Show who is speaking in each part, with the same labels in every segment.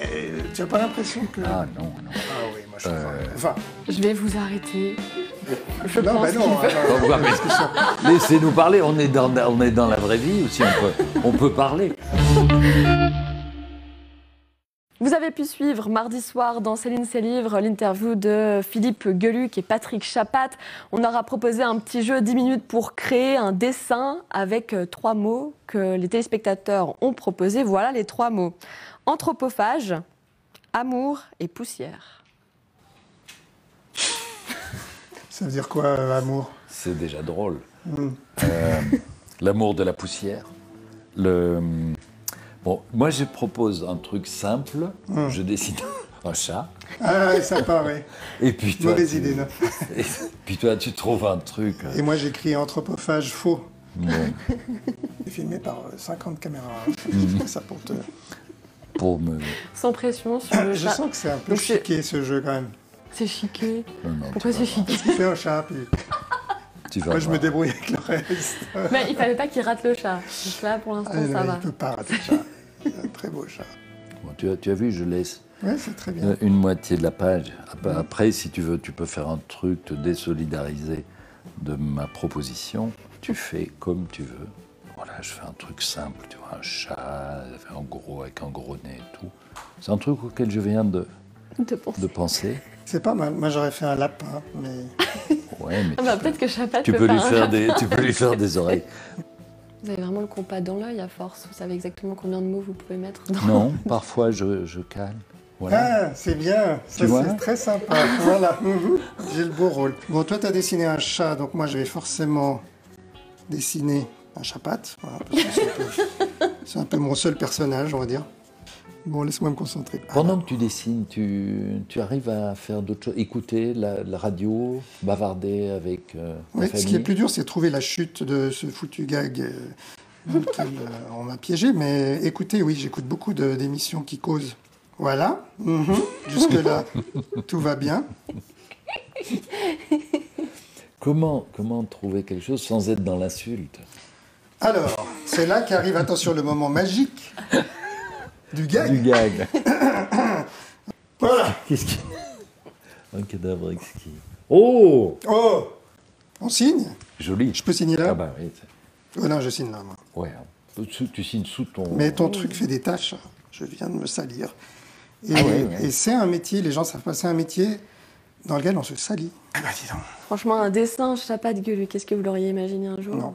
Speaker 1: Eh, Tu n'as pas l'impression que.
Speaker 2: Ah non, non.
Speaker 1: Ah oui, moi je comprends. Enfin,
Speaker 3: Je vais vous arrêter. Je
Speaker 1: non,
Speaker 3: pense
Speaker 1: bah non.
Speaker 3: qu'il
Speaker 1: hein, non,
Speaker 2: Au revoir, mais- Laissez-nous parler, on est, dans, on est dans la vraie vie aussi, on peut, on peut parler.
Speaker 3: Vous avez pu suivre mardi soir dans Céline ses livres l'interview de Philippe Gueluc et Patrick Chapat. On leur a proposé un petit jeu 10 minutes pour créer un dessin avec euh, trois mots que les téléspectateurs ont proposés. Voilà les trois mots. Anthropophage, amour et poussière.
Speaker 1: Ça veut dire quoi, euh, amour
Speaker 2: C'est déjà drôle.
Speaker 1: Mm.
Speaker 2: Euh, L'amour de la poussière. Le... Bon, moi, je propose un truc simple.
Speaker 1: Mm.
Speaker 2: Je dessine un chat.
Speaker 1: Ah, ouais, sympa, oui.
Speaker 2: Et puis toi,
Speaker 1: Mauvaise
Speaker 2: tu...
Speaker 1: idée, non
Speaker 2: Et puis toi, tu trouves un truc. euh,
Speaker 1: Et moi, j'écris anthropophage faux.
Speaker 2: Bon.
Speaker 1: C'est filmé par euh, 50 caméras. hein. Ça pour te-
Speaker 2: pour me.
Speaker 3: Sans pression sur le
Speaker 1: Je
Speaker 3: chat.
Speaker 1: sens que c'est un peu
Speaker 3: Donc, c'est-
Speaker 1: chiqué ce jeu quand même.
Speaker 3: C'est chiqué.
Speaker 2: Non, non,
Speaker 3: Pourquoi
Speaker 2: tu
Speaker 3: c'est
Speaker 2: vas
Speaker 3: chiqué
Speaker 1: Tu fais un chat, puis
Speaker 2: voir. Tu vas
Speaker 1: moi je me
Speaker 2: voir.
Speaker 1: débrouille avec le reste.
Speaker 3: Mais il fallait pas qu'il rate le chat. Donc là, pour l'instant,
Speaker 1: Ah, non,
Speaker 3: ça
Speaker 1: il
Speaker 3: va.
Speaker 1: peut pas rater le chat. C'est un très beau chat.
Speaker 2: Bon, tu, as, tu as vu, je laisse
Speaker 1: Ouais, c'est très bien.
Speaker 2: euh, une moitié de la page. Ap- Après, si tu veux, tu peux faire un truc, te désolidariser de ma proposition. Tu fais comme tu veux. Voilà, je fais un truc simple, tu vois, un chat, un gros, avec un gros nez et tout. C'est un truc auquel je viens de,
Speaker 3: De penser.
Speaker 2: de penser.
Speaker 1: C'est pas mal. Moi j'aurais fait un lapin, mais
Speaker 2: Ouais, mais
Speaker 3: Ah
Speaker 2: tu
Speaker 3: bah,
Speaker 2: peux-
Speaker 3: Peut-être que Chapat
Speaker 2: tu
Speaker 3: peut
Speaker 2: peux lui
Speaker 3: faire un
Speaker 2: faire des, tu peux lui faire des oreilles.
Speaker 3: Vous avez vraiment le compas dans l'œil à force. Vous savez exactement combien de mots vous pouvez mettre dans.
Speaker 2: Non, parfois je, je calme. Voilà.
Speaker 1: ah, c'est bien. Ça
Speaker 2: vois
Speaker 1: c'est très sympa. voilà. Mhm. J'ai le beau rôle. Bon, toi t'as dessiné un chat, donc moi je vais forcément dessiner un chapat. Voilà, parce que c'est un peu- c'est un, peu mon seul personnage, on va dire. Bon, laisse-moi me concentrer.
Speaker 2: Pendant que tu dessines, tu, tu arrives à faire d'autres choses, écouter la, la radio, bavarder avec euh, ta
Speaker 1: Oui, Ah, ce qui est
Speaker 2: famille.
Speaker 1: plus dur, c'est trouver la chute de ce foutu gag euh, dans lequel euh, on m'a piégé. Mais écoutez, oui, j'écoute beaucoup de- d'émissions qui causent. Voilà. Mhm. Jusque-là, tout va bien.
Speaker 2: Comment, comment trouver quelque chose sans être dans l'insulte
Speaker 1: Alors, c'est là qu'arrive, attention, le moment magique du gag.
Speaker 2: Du gag.
Speaker 1: Voilà.
Speaker 2: Qu'est-ce qui... Un cadavre exquis. Oh
Speaker 1: Oh On signe
Speaker 2: Joli.
Speaker 1: Je peux signer là
Speaker 2: Ah bah oui. c'est-
Speaker 1: Oh non, je signe là, moi.
Speaker 2: Ouais. hein. Tu, tu signes sous ton...
Speaker 1: Mais ton truc fait des tâches. Je viens de me salir. Et,
Speaker 2: Ah ouais, ouais.
Speaker 1: et c'est un métier, les gens savent pas, c'est un métier dans lequel on se salit. Ah bah dis donc.
Speaker 3: Franchement, un dessin Chapat gueulu, qu'est-ce que vous l'auriez imaginé un jour
Speaker 1: Non.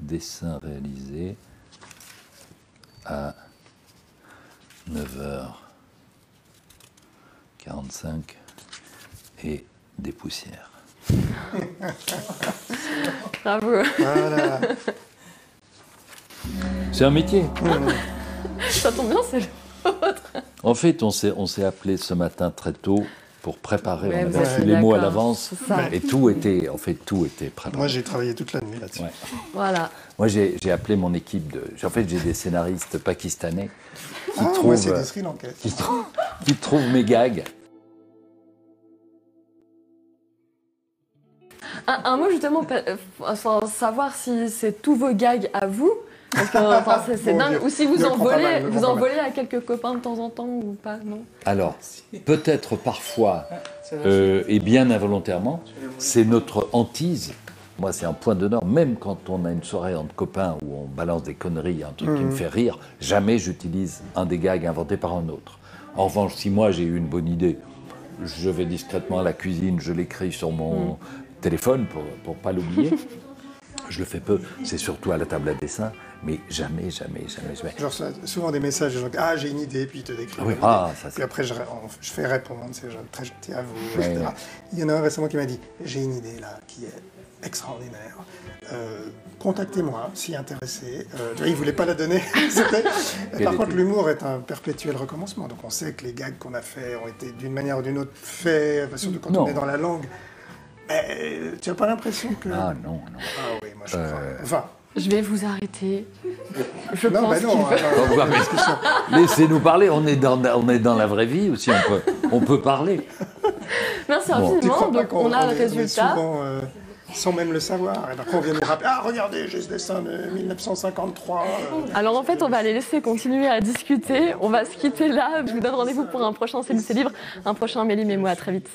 Speaker 2: Dessin réalisé à 9h45 et des poussières.
Speaker 3: Bravo.
Speaker 1: Voilà.
Speaker 2: C'est un métier.
Speaker 1: Oh
Speaker 3: ça tombe bien, c'est. le-
Speaker 2: En fait, on s'est, on s'est appelé ce matin très tôt pour préparer.
Speaker 3: Ouais,
Speaker 2: on
Speaker 3: vous
Speaker 2: avait
Speaker 3: êtes
Speaker 2: reçu les mots à
Speaker 3: d'accord,
Speaker 2: l'avance
Speaker 3: c'est ça.
Speaker 2: et tout était, en fait, tout était préparé.
Speaker 1: Moi, j'ai travaillé toute la nuit là-dessus.
Speaker 2: Ouais.
Speaker 3: Voilà.
Speaker 2: Moi, j'ai, j'ai appelé mon équipe de. j'ai- En fait, j'ai des scénaristes pakistanais qui,
Speaker 1: Ah, moi,
Speaker 2: trouvent,
Speaker 1: c'est
Speaker 2: euh,
Speaker 1: des Sri Lankais.
Speaker 2: qui, trou- qui trouvent mes gags.
Speaker 3: Un, un mot justement, pa- euh, sans savoir si c'est tous vos gags à vous. Parce que euh, enfin, c'est c'est
Speaker 1: Mon
Speaker 3: dingue.
Speaker 1: Dieu.
Speaker 3: Ou si vous
Speaker 1: Je le
Speaker 3: en
Speaker 1: prends pas
Speaker 3: volez,
Speaker 1: mal, je le
Speaker 3: vous
Speaker 1: prends
Speaker 3: en
Speaker 1: pas
Speaker 3: volez à quelques copains de temps en temps ou pas, non
Speaker 2: Alors, peut-être parfois, euh, et bien involontairement, c'est notre hantise. Moi, c'est un point d'honneur. Même quand on a une soirée entre copains où on balance des conneries, un truc qui me fait rire, jamais j'utilise un des gags inventés par un autre. En revanche, si moi j'ai eu une bonne idée, je vais discrètement à la cuisine, je l'écris sur mon téléphone pour pour pas l'oublier. je le fais peu. C'est surtout à la table à dessin, mais jamais, jamais, jamais, jamais.
Speaker 1: Je reçois souvent des messages, genre, ah, j'ai une idée, puis ils te décrivent.
Speaker 2: Ah oui,
Speaker 1: leur
Speaker 2: ah,
Speaker 1: idée.
Speaker 2: ça, c'est-
Speaker 1: Puis après, je, ré- on- je fais répondre, c'est genre très gentil à vous,
Speaker 2: Ouais,
Speaker 1: etc.
Speaker 2: ouais.
Speaker 1: Il y en a un récemment qui m'a dit, j'ai une idée là, qui est extraordinaire. Euh, Contactez-moi si intéressé. Euh, tu vois, il ne voulait pas la donner. C'était-
Speaker 2: Quelle
Speaker 1: Par contre,
Speaker 2: était-
Speaker 1: l'humour est un perpétuel recommencement. Donc, on sait que les gags qu'on a faits ont été d'une manière ou d'une autre faits, enfin, surtout quand
Speaker 2: Non.
Speaker 1: on est dans la langue. Mais, euh, tu n'as pas l'impression que.
Speaker 2: Ah Euh. non, non.
Speaker 1: Ah oui, moi je crois. Enfin,
Speaker 3: Je vais vous arrêter. Je
Speaker 1: non,
Speaker 3: pense
Speaker 1: bah non.
Speaker 3: qu'il
Speaker 1: alors,
Speaker 2: Au revoir, mais- Laissez-nous parler, on est, dans, on est dans la vraie vie aussi, on peut, on peut parler.
Speaker 3: Merci
Speaker 2: Bon.
Speaker 1: Tu
Speaker 3: infiniment.
Speaker 1: crois pas
Speaker 3: Donc
Speaker 1: qu'on
Speaker 3: on a
Speaker 1: on
Speaker 3: le
Speaker 1: est- on est
Speaker 3: résultat.
Speaker 1: souvent, euh, sans même le savoir. Et donc on vient nous rappeler Ah, regardez, j'ai ce dessin de 1953. euh,
Speaker 3: Alors en fait, on va les laisser continuer à discuter. On va se quitter là. Je vous donne rendez-vous pour un prochain C'est Libre, un prochain Mélim et moi. À très vite.